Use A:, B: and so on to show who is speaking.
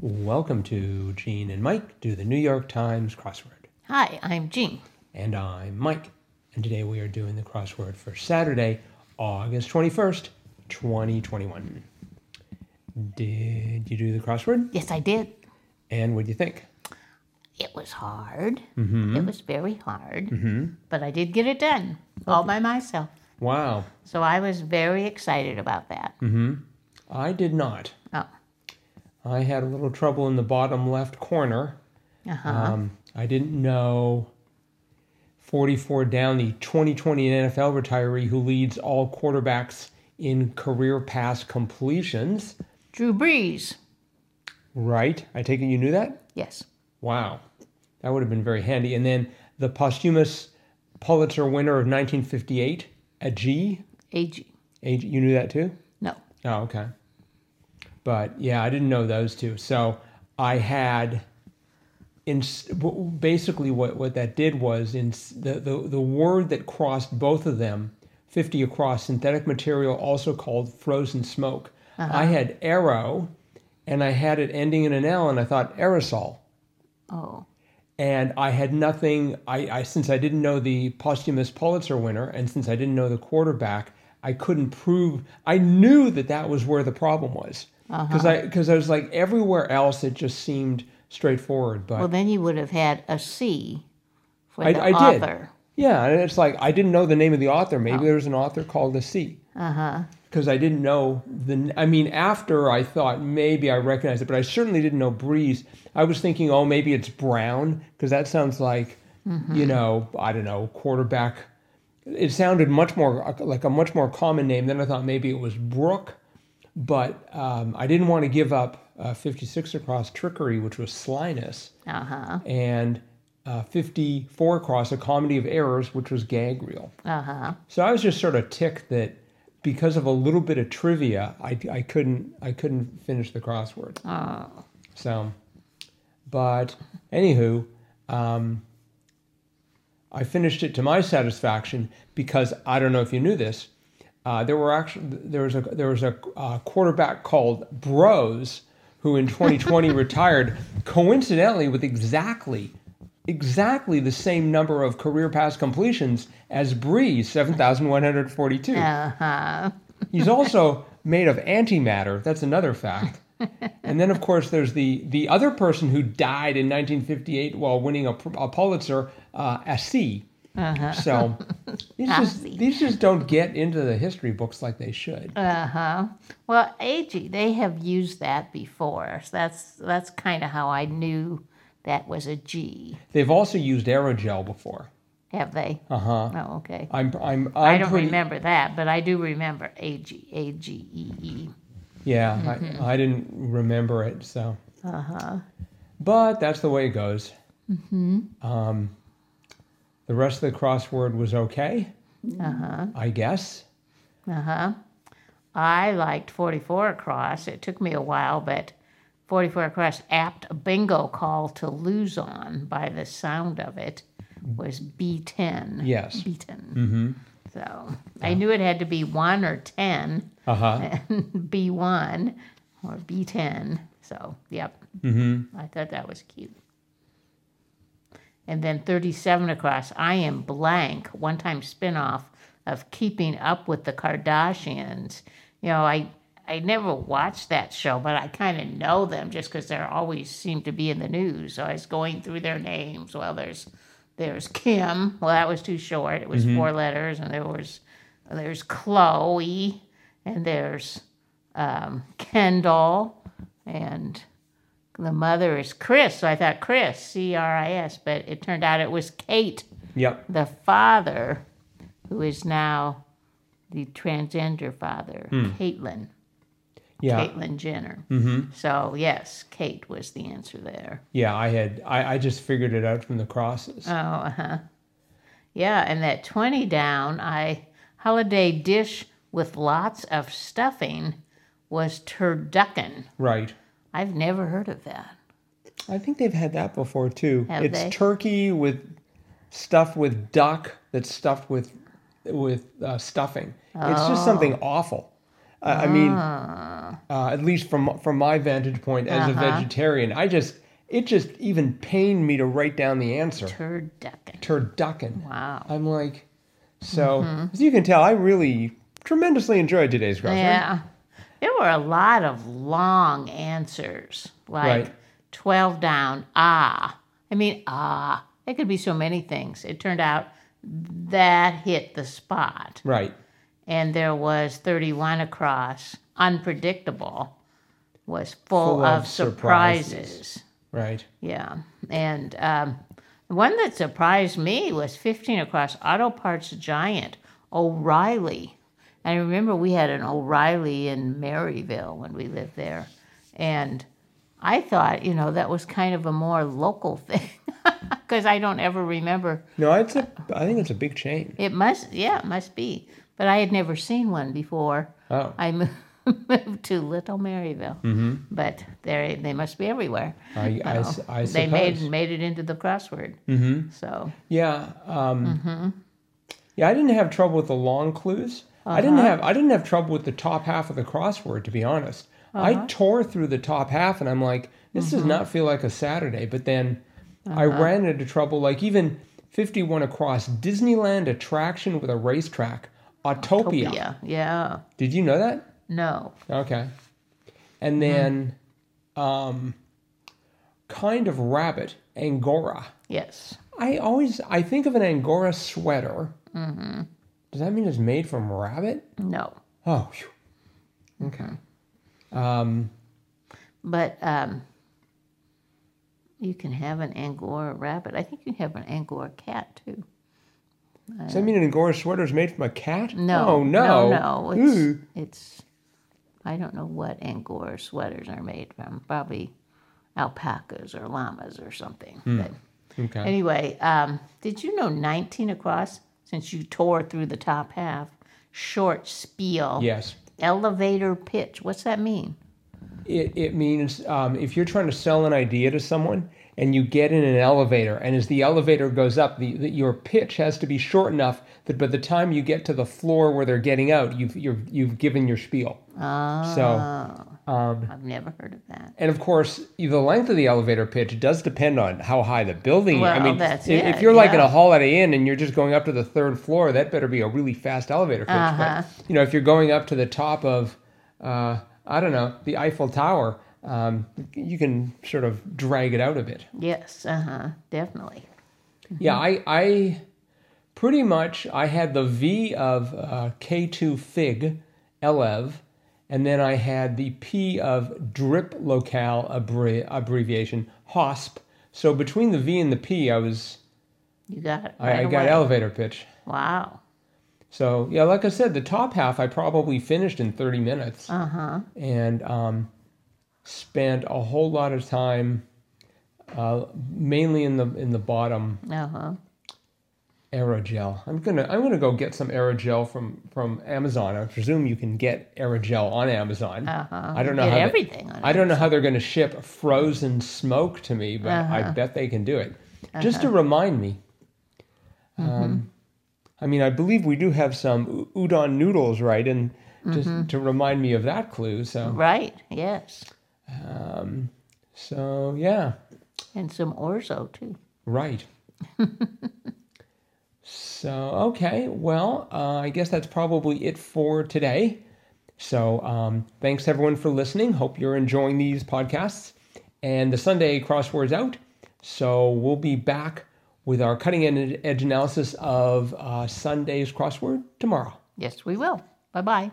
A: Welcome to Gene and Mike do the New York Times crossword.
B: Hi, I'm Jean.
A: And I'm Mike. And today we are doing the crossword for Saturday, August 21st, 2021. Did you do the crossword?
B: Yes, I did.
A: And what do you think?
B: It was hard.
A: Mm-hmm.
B: It was very hard, but I did get it done all by myself.
A: Wow,
B: So I was very excited about that.
A: Mm. I did not.
B: Oh,
A: I had a little trouble in the bottom left corner.
B: uh-huh.
A: Um, I didn't know 44 down the 2020 NFL retiree who leads all quarterbacks in career pass completions.
B: Drew Brees.
A: Right. I take it you knew that?
B: Yes.
A: Wow. That would have been very handy. And then the posthumous Pulitzer winner of 1958, A.G.
B: AG.
A: A.G. You knew that too?
B: No.
A: Oh, okay. But yeah, I didn't know those two. So I had, in w- basically what what that did was in s- the the, the word that crossed both of them, fifty across synthetic material, also called frozen smoke. I had arrow, and I had it ending in an L, and I thought aerosol.
B: Oh,
A: And I had nothing. I, I since I didn't know the posthumous Pulitzer winner, and since I didn't know the quarterback, I couldn't prove. I knew that that was where the problem was because I because I was like everywhere else it just seemed straightforward. But
B: well, then you would have had a C for
A: I-
B: the
A: I did.
B: author.
A: yeah, and it's like I didn't know the name of the author. Maybe there was an author called a C. Uh huh. Because I didn't know the. I mean, after I thought maybe I recognized it, but I certainly didn't know Breeze. I was thinking, oh, maybe it's Brown because that sounds like, you know, I don't know, quarterback. It sounded much more uh, like a much more common name. Then I thought maybe it was Brooke, but um, I didn't want to give up uh, 56 across trickery, which was slyness
B: Uh huh.
A: and uh, 54 across a comedy of errors which was gag reel
B: Uh huh.
A: so i was just sort of ticked that because of a little bit of trivia i, I couldn't i couldn't finish the crossword
B: Oh,
A: so but anywho um, i finished it to my satisfaction because i don't know if you knew this uh, there were actually there was a there was a uh, quarterback called Bros who in 2020 retired coincidentally with exactly exactly the same number of career pass completions as Breeze 7142.
B: uh huh.
A: He's also made of antimatter. That's another fact. And then, of course, there's the the other person who died in 1958 while winning a, a Pulitzer, uh, a C.
B: Uh-huh.
A: So these just,
B: Assi.
A: these just don't get into the history books like they should.
B: Uh huh. Well, AG, they have used that before. So that's that's kind of how I knew that was a G.
A: They've also used aerogel before.
B: Have they?
A: Uh huh.
B: Oh, okay.
A: I'm I'm, I'm
B: I don't
A: pretty,
B: remember that, but I do remember A G A G E E.
A: Yeah, I, I didn't remember it. So,
B: Uh huh.
A: but that's the way it goes. Mm-hmm. Um, the rest of the crossword was okay,
B: Uh huh.
A: I guess.
B: Uh huh. I liked 44 across. It took me a while, but 44 across apt bingo call to lose on by the sound of it was B10.
A: Yes.
B: Beaten. Mm-hmm. So I knew it had to be 1 or 10,
A: Uh huh.
B: B1 or B10. So, yep. Mm-hmm. I thought that was cute. And then 37 across, I am blank, one time spinoff of Keeping Up with the Kardashians. You know, I. I never watched that show, but I kind of know them just because they always seem to be in the news. So I was going through their names. Well, there's there's Kim. Well, that was too short. It was four letters, and there was there's Chloe, and there's um, Kendall, and the mother is Chris. So I thought Chris, C R I S, but it turned out it was Kate,
A: Yep.
B: the father, who is now the transgender father, Caitlyn,
A: Yeah.
B: Caitlyn Jenner. Mm-hmm. So yes, Kate was the answer there.
A: Yeah. I had. I, I just figured it out from the crosses.
B: Oh, uh huh. Yeah, and that 20 down, I holiday dish with lots of stuffing was turducken.
A: right.
B: I've never heard of that.
A: I think they've had that before too.
B: Have
A: it's
B: they?
A: turkey with stuffed with
B: Oh.
A: duck that's stuffed with with uh, stuffing. It's just something awful. I I mean,
B: Ah.
A: uh, at least from from my vantage point as
B: Uh-huh.
A: a vegetarian, I just it just even pained me to write down the answer.
B: Turducken.
A: Turducken.
B: Wow. Mm-hmm.
A: I'm like, so as you can tell, I really tremendously enjoyed today's grocery.
B: Yeah. There were a lot of long answers, like
A: Right.
B: 12 down, ah. I mean, ah. It could be so many things. It turned out that hit the spot.
A: Right.
B: And there was 31 across, unpredictable, was full,
A: Full
B: of,
A: of
B: surprises.
A: Right.
B: Yeah. And um, the one that surprised me was 15 across Auto Parts Giant, O'Reilly. I remember we had an O'Reilly in Maryville when we lived there. And I thought, you know, that was kind of a more local thing because I don't ever remember.
A: No, it's a. I think it's a big change.
B: It must, yeah, it must be. But I had never seen one before.
A: Oh.
B: I mo- moved to Little Maryville. Mm-hmm. But they they must be everywhere
A: I, I s-
B: know,
A: I
B: they made
A: suppose.
B: made it into the crossword. Mm-hmm. So
A: Yeah. Um, Yeah, I didn't have trouble with the long clues. I didn't have I didn't have trouble with the top half of the crossword, to be honest. I tore through the top half, and I'm like, this does not feel like a Saturday. But then I ran into trouble, like even 51 across Disneyland attraction with a racetrack, Autopia.
B: yeah, yeah,
A: Did you know that?
B: no,
A: Okay. And then, um, kind of rabbit, Angora.
B: yes,
A: I always I think of an angora sweater.
B: Mm-hmm.
A: Does that mean it's made from rabbit?
B: no. Mm-hmm.
A: Oh, phew. okay. Um,
B: But um, you can have an Angora rabbit. I think you can have an Angora cat too.
A: does that mean an angora sweater is made from a cat?
B: Uh, No,
A: oh, no,
B: no, no. It's,
A: Ooh.
B: it's I don't know what Angora sweaters are made from. Probably alpacas or llamas or something.
A: Hmm.
B: But
A: Okay.
B: Anyway, um, did you know 19 across, since you tore through the top half, short spiel,
A: yes.
B: elevator pitch? What's that mean?
A: It it means um, if you're trying to sell an idea to someone and you get in an elevator and as the elevator goes up the, the your pitch has to be short enough that by the time you get to the floor where they're getting out you've you've you've given your spiel.
B: Ah.
A: Oh. So
B: I've never heard of that.
A: And of course, the length of the elevator pitch does depend on how high the building is.
B: Well,
A: I mean,
B: that's
A: i- if
B: it,
A: you're like in
B: yeah.
A: a Holiday Inn and you're just going up to the third floor, that better be a really fast elevator pitch.
B: Uh-huh.
A: But you know, if you're going up to the top of, uh, I don't know, the Eiffel Tower, um, you can sort of drag it out a bit.
B: Yes, uh huh, definitely.
A: Yeah, I, I pretty much I had the V of uh, K2 fig, elev, and then I had the P of drip locale abbre- abbreviation, HOSP. So between the V and the P, I was
B: You got it.
A: I,
B: right
A: I got
B: away.
A: elevator pitch.
B: Wow.
A: So yeah, like I said, the top half I probably finished in 30 minutes,
B: Uh-huh.
A: and um, spent a whole lot of time uh, mainly in the in the bottom
B: Uh huh.
A: aerogel i'm gonna i'm gonna go get some aerogel from from amazon i presume you can get aerogel on amazon
B: Uh-huh.
A: i don't know
B: Get
A: how they-
B: everything on
A: i don't know how they're gonna ship frozen smoke to me but i
B: Uh-huh.
A: bet they can do it just to remind me
B: Mm-hmm.
A: um, i mean i believe we do have some u- udon noodles right and just
B: Mm-hmm.
A: to remind me of that clue so
B: Right, yes.
A: so yeah
B: And some orzo too.
A: Right. so, okay. Well, uh, I guess that's probably it for today. So, um, thanks everyone for listening. Hope you're enjoying these podcasts. And the Sunday crossword's out. So, we'll be back with our cutting ed- edge analysis of uh, Sunday's crossword tomorrow.
B: Yes, we will. Bye bye.